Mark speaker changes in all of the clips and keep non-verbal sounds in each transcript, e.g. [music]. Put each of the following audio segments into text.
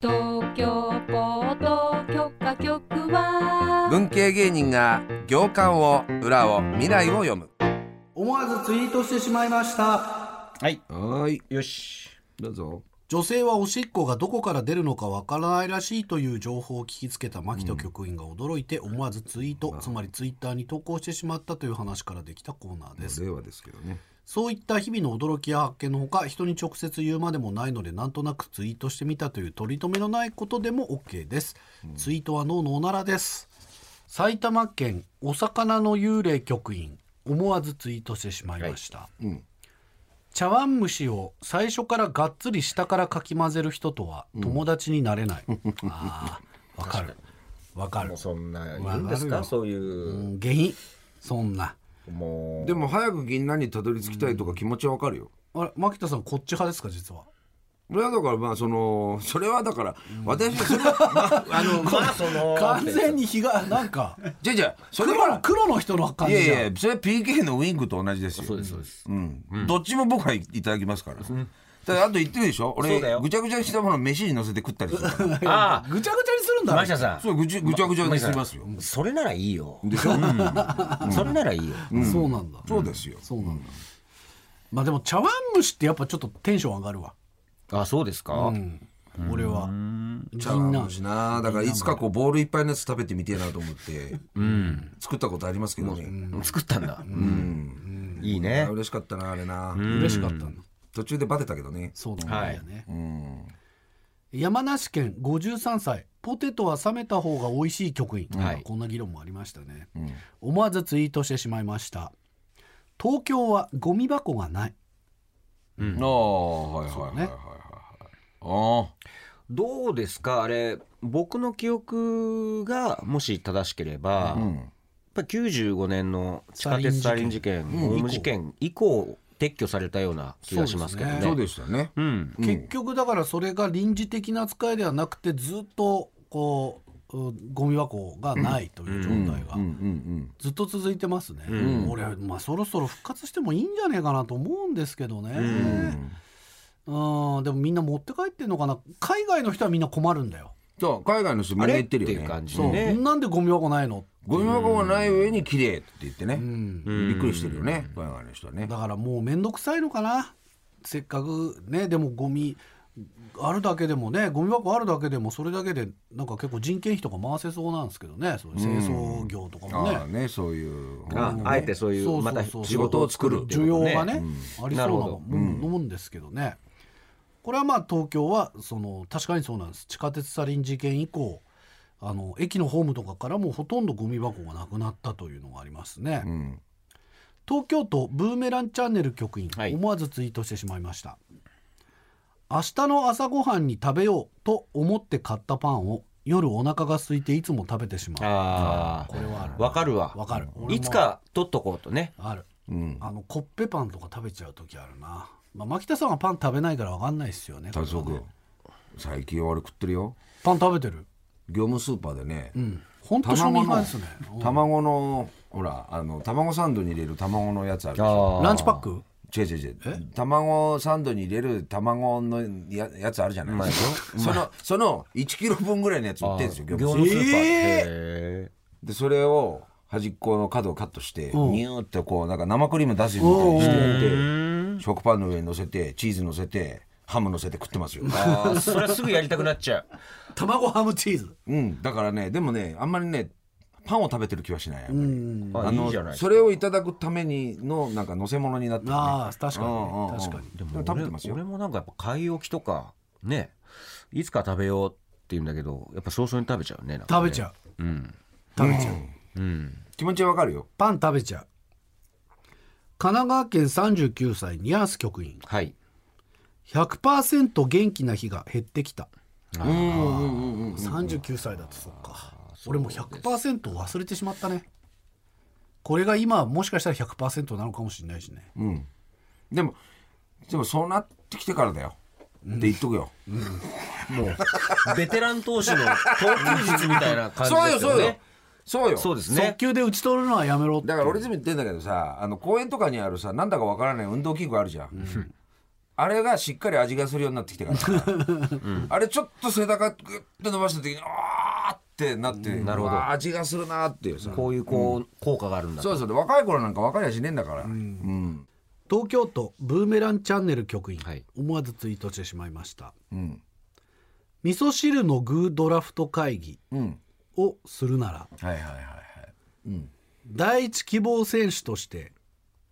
Speaker 1: 東京ポート許可局は
Speaker 2: 文系芸人が行間を裏を未来を読む
Speaker 3: 思わずツイートしてしまいました
Speaker 4: はい。
Speaker 2: はい
Speaker 4: よし。
Speaker 2: どうぞ
Speaker 3: 女性はおしっこがどこから出るのかわからないらしいという情報を聞きつけた牧田局員が驚いて思わずツイート、つまりツイッターに投稿してしまったという話からできたコーナーです
Speaker 2: 令和ですけどね
Speaker 3: そういった日々の驚きや発見のほか人に直接言うまでもないのでなんとなくツイートしてみたという取り留めのないことでも OK です、ツイートは脳のおならです埼玉県お魚の幽霊局員思わずツイートしてしまいました、茶碗蒸しを最初からがっつり下からかき混ぜる人とは友達になれ
Speaker 4: [laughs]
Speaker 3: ない、ああわかるわかる
Speaker 4: もうそんな、いるんですかそういう、
Speaker 3: うん下品そんな
Speaker 4: も
Speaker 2: でも早く銀杏にたどり着きたいとか気持ちはわかるよ、
Speaker 3: あれ牧田さんこっち派ですか実は
Speaker 2: 俺はだからまあそのそれはだから、私はそれは、まあ、あ
Speaker 4: [laughs]
Speaker 2: の
Speaker 4: う、まあその、
Speaker 3: 完全に日がなんか
Speaker 2: じゃあじゃあそれ
Speaker 3: 黒
Speaker 2: は
Speaker 3: の黒の人の感
Speaker 2: い
Speaker 3: じじ
Speaker 2: や
Speaker 3: ゃん
Speaker 2: いやそれは PK のウイングと同じですよ
Speaker 4: そうです、そうです。
Speaker 2: うんどっちも僕はいただきますから、ただあと言ってるでしょ
Speaker 4: そ
Speaker 2: 俺
Speaker 4: うだよ
Speaker 2: ぐちゃぐちゃにしたものを飯に乗せて食ったりす [laughs] るから
Speaker 4: あ
Speaker 3: ぐちゃぐちゃにするん
Speaker 4: あ、
Speaker 3: だ
Speaker 4: マシャさん。
Speaker 2: そうぐちぐちゃぐちゃにしますよ、
Speaker 4: それならいいよ。うんそれならいいよ。
Speaker 3: そうなんだ
Speaker 2: そうですよ
Speaker 3: そうなんだまあでも茶碗蒸しってやっぱちょっとテンション上がるわ
Speaker 4: あ、そうですか
Speaker 3: 俺は
Speaker 2: 茶碗蒸しなだからいつかこうボールいっぱいのやつ食べてみてえなと思って、作ったことありますけどね、
Speaker 4: 作ったんだ。いい
Speaker 2: あ
Speaker 4: ね。
Speaker 2: 嬉しかったなあれな、
Speaker 3: 嬉しかったんだ
Speaker 2: 途中でバテたけどね
Speaker 3: そうなんだよね、山梨県53歳ポテトは冷めた方が美味しい局員、
Speaker 4: はい
Speaker 3: こんな議論もありましたね、思わずツイートしてしまいました東京はゴミ箱がない
Speaker 2: ああはいはいはいはいはいあ
Speaker 4: どうですかあれ、僕の記憶が、もし正しければ、やっぱり95年の地下鉄サリン事件、オウム事件以降、撤去されたような気がしますけど
Speaker 2: あ
Speaker 4: ね。
Speaker 2: そうでしたね、
Speaker 4: うん。
Speaker 3: 結局だからそれが臨時的な扱いではなくてずっとこううんゴミ箱がないという状態がずっと続いてますね、俺まあそろそろ復活してもいいんじゃねえかなと思うんですけどね、うん、でもみんな持って帰ってんのかな海外の人はみんな困るんだよ、
Speaker 2: そう海外の人みんな言ってる
Speaker 4: あれっていう
Speaker 2: よ
Speaker 4: 感
Speaker 2: ね
Speaker 4: じでね。
Speaker 3: なんでゴミ箱ないの
Speaker 2: ゴミ箱がない上に綺麗って言ってね、びっくりしてるよね海外の人はね
Speaker 3: だからもう面倒くさいのかなせっかくねでもゴミあるだけでもねゴミ箱あるだけでもそれだけでなんか結構人件費とか回せそうなんですけどねそういう清掃業とかもね,、
Speaker 2: ああねそういう
Speaker 4: ああえてそうい
Speaker 3: そう
Speaker 4: う
Speaker 3: そう
Speaker 4: また
Speaker 3: そう
Speaker 4: 仕事を作るって
Speaker 3: 需
Speaker 4: いう
Speaker 3: 要
Speaker 4: こと
Speaker 3: がね、ありそうな
Speaker 4: なるほど
Speaker 3: もん思うんですけどね、これはまあ東京はその確かにそうなんです地下鉄サリン事件以降あの駅のホームとかからもほとんどゴミ箱がなくなったというのがありますね、東京都ブーメランチャンネル局員、
Speaker 4: はい
Speaker 3: 思わずツイートしてしまいました明日の朝ごはんに食べようと思って買ったパンを夜お腹が空いていつも食べてしまう
Speaker 4: ああこれはわかるわ
Speaker 3: わかる俺も
Speaker 4: いつか取っとこうとね
Speaker 3: ある、あのコッペパンとか食べちゃう時あるな、まあ、牧田さんはパン食べないから分かんないですよね
Speaker 2: 達夫君最近俺食ってるよ
Speaker 3: パン食べてる
Speaker 2: 業務スーパーでね、
Speaker 3: 本当庶
Speaker 2: 卵
Speaker 3: 民派
Speaker 2: の
Speaker 3: ですねうん
Speaker 2: 卵のほらあの卵サンドに入れる卵のやつあるでしょ
Speaker 4: あ
Speaker 3: ランチパック
Speaker 2: 違う違う違う卵サンドに入れる卵のややつあるじゃないですかそのその1キロ分ぐらいのやつ売ってるんですよ
Speaker 4: 業
Speaker 2: 業務
Speaker 4: 務
Speaker 2: ス
Speaker 4: ス
Speaker 2: ーパー
Speaker 4: ーパーへえ
Speaker 2: でそれを端っこの角をカットしてニューってこうなんか生クリーム出すみたいにしてて食パンの上に乗せてチーズ乗せてハム乗せて食ってますよ
Speaker 4: あーそれすぐやりたくなっちゃう
Speaker 3: 卵ハムチーズ
Speaker 2: うんだからねでもねあんまりねパンを食べてる気はしないやっぱり
Speaker 4: あ
Speaker 2: あ
Speaker 4: いい
Speaker 2: の
Speaker 4: じゃない
Speaker 2: それをいただくためにのなんか乗せ物になってるね
Speaker 3: ああ確かにね
Speaker 2: うんうんうん
Speaker 3: 確かに
Speaker 2: でも食べてますよ
Speaker 4: 俺もなんかやっぱ買い置きとかねいつか食べようって言うんだけどやっぱ早々に食べちゃうね
Speaker 3: 食べちゃう、食べちゃう、
Speaker 2: 気持ちはわかるよ
Speaker 3: パン食べちゃう神奈川県39歳ニャース局員
Speaker 4: うはい
Speaker 3: 100%元気な日が減ってきた
Speaker 4: う
Speaker 3: 39歳だとそっか俺もう100%忘れてしまったねこれが今もしかしたら100%なのかもしれないしね、
Speaker 2: でもでもそうなってきてからだよって言っとくよ、
Speaker 4: もうベテラン投手の投球術みたいな感じ
Speaker 2: [laughs] そう
Speaker 4: で
Speaker 2: よ
Speaker 4: す
Speaker 2: そ
Speaker 4: よ
Speaker 2: うよ
Speaker 4: ね。
Speaker 2: そうよ
Speaker 4: そうです
Speaker 3: 速
Speaker 4: ね。
Speaker 3: 球で打ち取るのはやめろって
Speaker 2: だから俺いつも言ってんだけどさあの公園とかにあるさなんだかわからない運動器具あるじゃん、あれがしっかり味がするようになってきてから、あれちょっと背中グッと伸ばした時にあーってなって、
Speaker 4: なるほど
Speaker 2: うわー味がするなーっていうさ
Speaker 4: こういうこう効果があるんだと。
Speaker 2: そうそうで若い頃なんか分かりゃしねえんだから、うん
Speaker 3: 東京都ブーメランチャンネル局員、
Speaker 4: はい
Speaker 3: 思わずツイートしてしまいました
Speaker 2: うん
Speaker 3: 味噌汁のグードラフト会議
Speaker 2: うん
Speaker 3: をするなら
Speaker 2: はいはいはいはい
Speaker 3: 第一希望選手として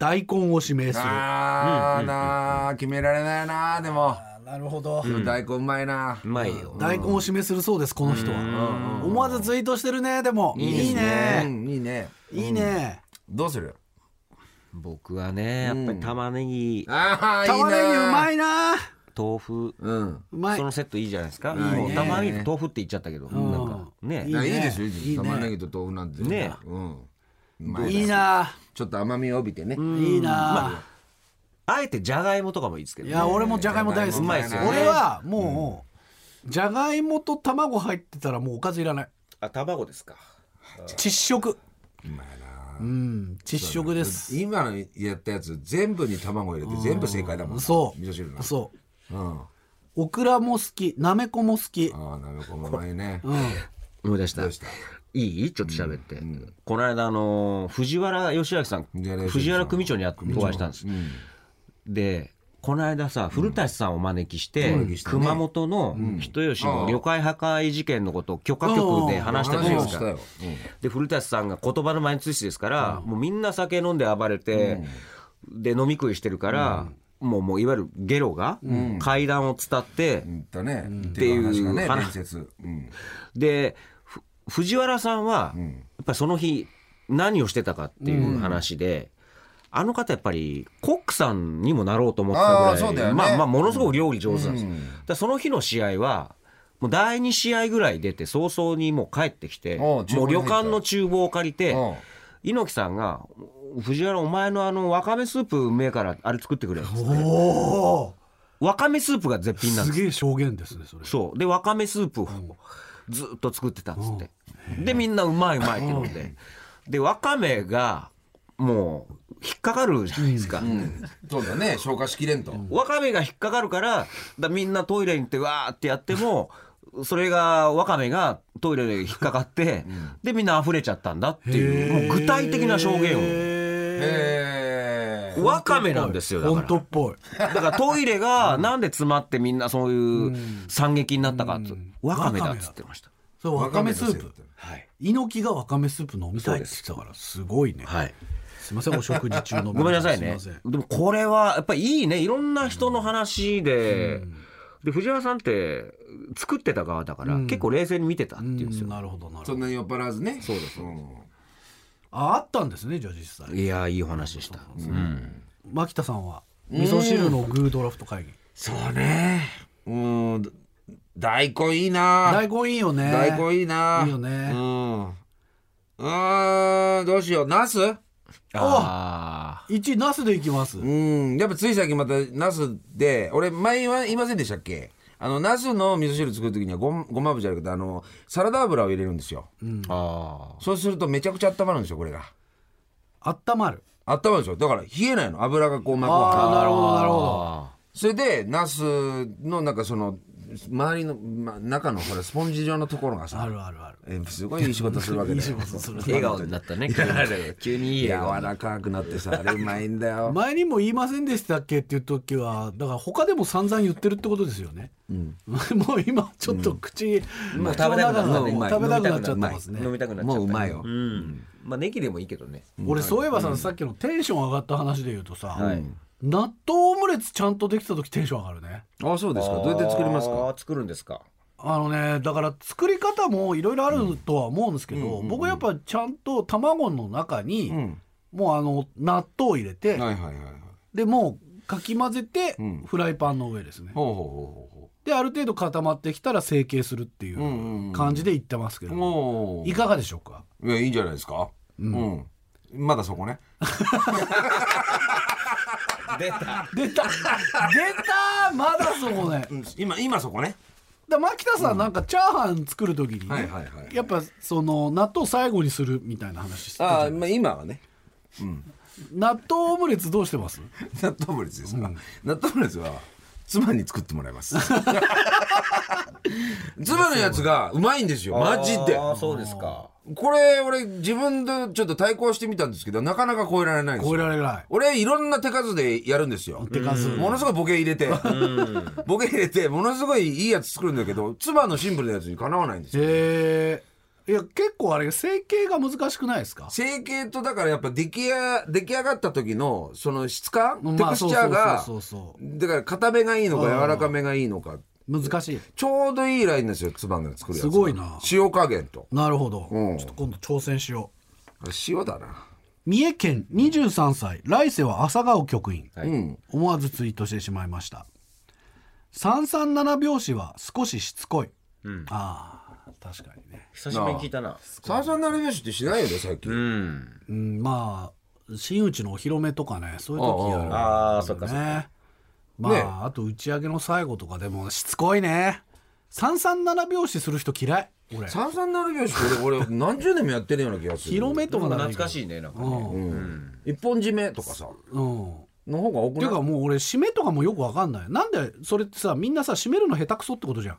Speaker 3: 大根を指名する
Speaker 2: あーなー決められないなーでも、
Speaker 3: なるほど、
Speaker 2: 大根うまいな
Speaker 4: うまいよ。
Speaker 3: 大根を指名するそうですこの人は思わずツイートしてるねでもいいね
Speaker 2: うんいいね
Speaker 3: いいね
Speaker 2: どうする
Speaker 4: 僕はね、やっぱり玉ねぎ、
Speaker 2: ああいいなー
Speaker 3: 玉ねぎうまいな
Speaker 4: 豆腐、
Speaker 2: うん
Speaker 3: うまい
Speaker 4: そのセットいいじゃないですか。
Speaker 2: ね
Speaker 4: もう玉ねぎと豆腐って言っちゃったけど、なんかね
Speaker 3: いいね
Speaker 2: いいですよいいですよ
Speaker 3: いいね
Speaker 2: 玉ねぎと豆腐なんて
Speaker 4: ね
Speaker 2: うんうまい
Speaker 3: いいな
Speaker 2: ちょっと甘みを帯びてね
Speaker 3: いいな
Speaker 4: あえてじゃがいもとかもいいですけど
Speaker 3: い
Speaker 4: ね。
Speaker 3: や俺もじゃがいも大好き
Speaker 4: うまいっすよね
Speaker 3: 俺はもうじゃがいもと卵入ってたらもうおかずいらない
Speaker 4: あ、卵ですか。
Speaker 3: 窒息うん窒息です
Speaker 2: 今のやったやつ全部に卵入れて全部正解だもんな
Speaker 3: そう
Speaker 2: 味噌汁の
Speaker 3: そう
Speaker 2: うんあ
Speaker 3: オクラも好きなめこも好き
Speaker 2: あなるほどうまいね
Speaker 4: 思い出した。
Speaker 2: ど
Speaker 4: いう
Speaker 2: した
Speaker 4: いちょっと喋って。この間、あのー、藤原義明さん、
Speaker 2: 藤原義明さん
Speaker 4: 藤原組長に会ってお会いしたんです。で、この間さ、古舘さんをお招きして、
Speaker 2: 招きしてね
Speaker 4: 熊本の人吉の旅館破壊事件のことを許可局で話したじゃない
Speaker 2: 話
Speaker 4: で
Speaker 2: を
Speaker 4: す
Speaker 2: し
Speaker 4: か
Speaker 2: た。よ
Speaker 4: で古舘さんが言葉の前についてですから、もうみんな酒飲んで暴れて、で飲み食いしてるから、もうもういわゆるゲロが階段を伝って、
Speaker 2: うんとねって
Speaker 4: いう
Speaker 2: 話がね
Speaker 4: 話
Speaker 2: 伝説うん
Speaker 4: でふ藤原さんは、やっぱりその日何をしてたかっていう話で、あの方やっぱりコックさんにもなろうと思って
Speaker 2: あー
Speaker 4: た
Speaker 2: そう
Speaker 4: ぐ
Speaker 2: だ
Speaker 4: ら
Speaker 2: よ
Speaker 4: い、
Speaker 2: ね
Speaker 4: まあまあものすごく料理上手なんですよ、だからその日の試合はもう第2試合ぐらい出て早々にもう帰ってきて
Speaker 2: お
Speaker 4: も
Speaker 2: う
Speaker 4: う
Speaker 2: 厨房に入
Speaker 4: 旅
Speaker 2: った
Speaker 4: 館の厨房を借りて
Speaker 2: おう
Speaker 4: 猪木さんが「藤原お前のあのわかめスープうめえからあれ作ってくれ」
Speaker 3: おお
Speaker 4: わかめスープが絶品なんです
Speaker 3: すげえ証言ですねそれ
Speaker 4: そうでわかめスープをずっと作ってたんですって、でみんなうまいうまいって飲んで、でわかめがもう引っかかるじゃないですか、
Speaker 2: そうだね消化しきれんと
Speaker 4: わかめが引っかかるからだみんなトイレに行ってわーってやってもそれがわかめがトイレで引っかかって、でみんな溢れちゃったんだっていうもう具体的な証言
Speaker 3: 言
Speaker 2: へ
Speaker 4: を
Speaker 2: え
Speaker 4: わかめなんですよだか
Speaker 3: 本
Speaker 4: ら
Speaker 3: 当っぽい
Speaker 4: だからトイレがなんで詰まってみんなそういう惨劇になったかっつわかめだっつってました。
Speaker 3: そうわかめスープ
Speaker 4: はい
Speaker 3: 猪木がわかめスープ飲みたいって言ってたからすごいね
Speaker 4: はい、
Speaker 3: すいませんお食事中の
Speaker 4: ごめんなさいね
Speaker 3: すません
Speaker 4: でもこれはやっぱりいいねいろんな人の話で,、で藤原さんって作ってた側だから、結構冷静に見てたっていうんですよ、
Speaker 3: なるほどなるほ
Speaker 2: そ
Speaker 3: ど
Speaker 2: んなに酔っ払わずねそうです
Speaker 3: ああったんですねじゃあ実際
Speaker 4: いやーいいお話でした、うん
Speaker 3: 牧田さんは味噌汁のグードラフト会議
Speaker 2: そうねうん大根いいな
Speaker 3: 大根いいよね
Speaker 2: 大根いいない
Speaker 3: いよね
Speaker 2: うんうーんどうしようナス
Speaker 4: あ
Speaker 3: 1位ナスでいきます
Speaker 2: うんやっぱつい最近またナスで俺前は言いませんでしたっけあのナスの味噌汁作る時にはごごま油じゃなくてあのサラダ油を入れるんですよ、
Speaker 4: ーあ
Speaker 2: そうするとめちゃくちゃ温まるんですよこれが
Speaker 3: あったまる
Speaker 2: 温まるんですよだから冷えないの油がこう膜を張る
Speaker 3: ああなるほどなるほど
Speaker 4: あ
Speaker 2: それでナスのなんかその周りの、ま、中のほらスポンジ状のところが
Speaker 3: あ
Speaker 2: さ
Speaker 3: るあるある
Speaker 2: えーすごいいい仕事するわけだよ
Speaker 4: 笑顔になったね急にいい
Speaker 2: 柔
Speaker 4: 笑顔
Speaker 2: らかくなってさあれうまいんだよ
Speaker 3: 前にも言いませんでしたっけっていう時はだから他でも散々言ってるってことですよね、もう今ちょっと口、
Speaker 4: もう
Speaker 3: 口の
Speaker 4: 食べたくな
Speaker 3: 中が
Speaker 4: ったね
Speaker 3: もう食べたくなっちゃってますね
Speaker 4: 飲みたくなっちゃった
Speaker 2: もううまいよ
Speaker 4: うんまあネギでもいいけどね
Speaker 3: 俺そういえばさ、さっきのテンション上がった話で言うとさ、
Speaker 4: はい
Speaker 3: 納豆オムレツちゃんとできた時テンション上がるね
Speaker 2: あそうですかどうやって作ります
Speaker 4: あ
Speaker 2: か
Speaker 4: ー作るんですか
Speaker 3: あのねだから作り方もいろいろあるとは思うんですけど、僕やっぱちゃんと卵の中に、もうあの納豆を入れて、
Speaker 2: はいはいはいはい
Speaker 3: でもうかき混ぜて、
Speaker 2: ん
Speaker 3: フライパンの上ですね
Speaker 2: ほうほうほうほうほ
Speaker 3: である程度固まってきたら整形するってい
Speaker 2: んうんうん
Speaker 3: う感じで言ってますけど、
Speaker 2: も
Speaker 3: いかがでしょ
Speaker 2: [laughs]
Speaker 3: うか
Speaker 2: ういやいいんじゃないですかうん、まだそこね
Speaker 4: 出た
Speaker 3: 出た出たまだそこね
Speaker 2: 今今そこね
Speaker 3: だ牧田さんなんかチャーハン作る時にね、
Speaker 2: はいはいはい
Speaker 3: やっぱその納豆最後にするみたいな話してたじ
Speaker 2: あ
Speaker 3: ゃ
Speaker 2: あ
Speaker 3: ん
Speaker 2: まあ今はね
Speaker 3: 納豆オムレツどうして
Speaker 2: [laughs]
Speaker 3: ます
Speaker 2: 納豆オムレツですか、納豆オムレツは妻に作ってもらい [laughs] ます妻のやつがうまいんですよマジで
Speaker 4: あーそうですか
Speaker 2: これ俺自分でちょっと対抗してみたんですけどなかなか超えられないんです
Speaker 3: 超え
Speaker 2: よ
Speaker 3: られない
Speaker 2: 俺いろんな手数でやるんですよ
Speaker 3: 手数
Speaker 2: ものすごいボケ入れてボケ入れてものすごいいいやつ作るんだけど妻のシンプルなやつにかなわないんですよ
Speaker 3: へえいや結構あれ整形が難しくないですか
Speaker 2: 成形とだからやっぱ出来や出来上がった時のその質感、テ
Speaker 3: まあ
Speaker 2: クスチャーが
Speaker 3: そうそうそうそう
Speaker 2: だから硬めがいいのか柔らかめがいいのか
Speaker 3: 難しい
Speaker 2: ちょうどいいラインですよ、つばの作るやつ。
Speaker 3: すごいな
Speaker 2: 塩加減と。
Speaker 3: なるほど、
Speaker 2: うん
Speaker 3: ちょっと今度挑戦しよう
Speaker 2: 塩だな。
Speaker 3: 三重県23歳来世は朝顔局員、
Speaker 4: い
Speaker 2: うん。
Speaker 3: 思わずツイートしてしまいました337拍子は少ししつこい、ああ確かにね、
Speaker 4: 久しぶりに聞いたな
Speaker 2: 三三七拍子ってしないよね、最近。
Speaker 4: うん
Speaker 3: うん、まあ真打ちのお披露目とかねそういう時やる
Speaker 4: ああそっかそっか
Speaker 3: ねまあ、
Speaker 2: ね
Speaker 3: あと打ち上げの最後とかでもしつこいね337拍子する人嫌い俺
Speaker 2: 三三七拍子って俺、俺、何十年もやってるような気がする。
Speaker 3: 広めとかなら
Speaker 4: 懐か
Speaker 3: い
Speaker 4: しいねなんかね
Speaker 3: うん、
Speaker 2: 一本締めとかさ、
Speaker 3: うん、っ
Speaker 2: の方が多く
Speaker 3: ていう
Speaker 2: ない
Speaker 3: かもう俺締めとかもよくわかんないなんでそれってさみんなさ締めるの下手くそってことじゃん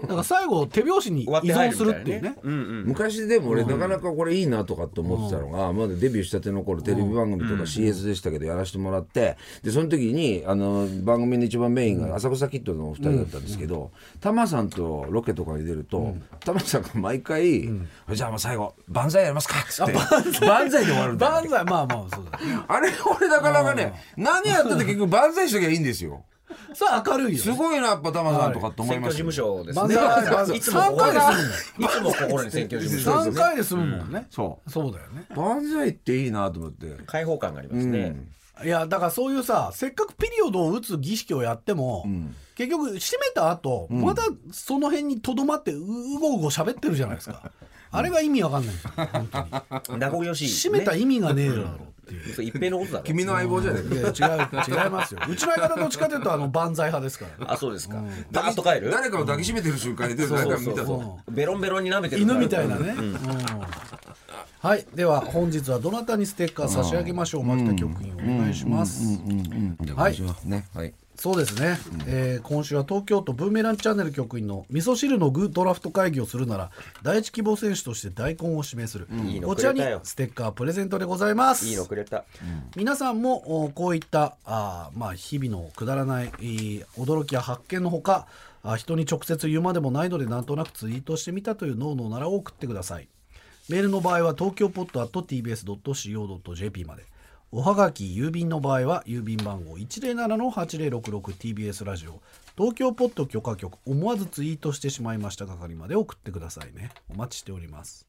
Speaker 3: だから最後手拍子に依
Speaker 4: [laughs] 終わって
Speaker 3: 存
Speaker 4: 入る
Speaker 3: す
Speaker 4: みた
Speaker 3: る
Speaker 4: い
Speaker 3: ってい
Speaker 4: な
Speaker 3: うね
Speaker 4: [laughs] ねうんうん
Speaker 2: 昔でも俺なかなかこれいいなとかって思ってたのが、まだデビューしたての頃テレビ番組とか CS でしたけどやらせてもらってでその時にあの番組の一番メインが浅草キッドのお二人だったんですけどタマさんとロケとかに出るとタマさんが毎回「じゃあもう最後万歳やりますか」っつって万歳で終わるんだよ
Speaker 3: 万歳まあまあそうだね
Speaker 2: あれ俺なかなかね何やってて結局万歳しときゃいいんですよ
Speaker 3: それ明るいよ
Speaker 2: すごいなやっぱタマさんとかって思い
Speaker 4: 選
Speaker 2: ま
Speaker 4: 挙事
Speaker 2: したね
Speaker 4: 務所です
Speaker 3: 万
Speaker 4: ね
Speaker 3: 歳万歳
Speaker 4: いつも心
Speaker 3: 三
Speaker 4: にいつも心に選挙事務所
Speaker 3: 3回でするもんね、
Speaker 2: そ
Speaker 3: そうだよね
Speaker 2: う万歳っていいなと思って
Speaker 4: 開放感がありますね
Speaker 3: いやだからそういうさせっかくピリオドを打つ儀式をやっても、結局締めた後、まだその辺にとどまってううごうご喋ってるじゃないですか、あれが意味わかん [laughs] ないんですよ本当に
Speaker 4: 名残惜しい
Speaker 3: 締
Speaker 4: ね
Speaker 3: めた意味がねえだろっていう。
Speaker 4: そう一平のことだろ
Speaker 2: 君の相棒じゃないか
Speaker 3: いや違う違いますようちの相方どっちかというとあの万歳派です [laughs] から、
Speaker 4: あそうですかバーッと帰る
Speaker 2: 誰かを抱きしめてる瞬間に出てる誰か見たぞ
Speaker 4: ベロンベロンに舐めてる
Speaker 3: 犬みたいなね、うんはいでは本日はどなたにステッカー差し上げましょう牧田局員お願いします、はい
Speaker 2: ねはい
Speaker 3: そうですね、えー今週は東京都ブーメランチャンネル局員の味噌汁の具ドラフト会議をするなら第一希望選手として大根を指名する、
Speaker 4: いいの
Speaker 3: こちら
Speaker 4: く
Speaker 3: に
Speaker 4: れたよ
Speaker 3: ステッカープレゼントでございます
Speaker 4: いいのくれた
Speaker 3: 皆さんもおこういったあーまあ、日々のくだらないえー驚きや発見のほかあ人に直接言うまでもないのでなんとなくツイートしてみたという脳のならを送ってくださいメールの場合は東京ポット .tbs.co.jp までおはがき郵便の場合は郵便番号 107-8066TBS ラジオ東京ポット許可局思わずツイートしてしまいました係まで送ってくださいねお待ちしております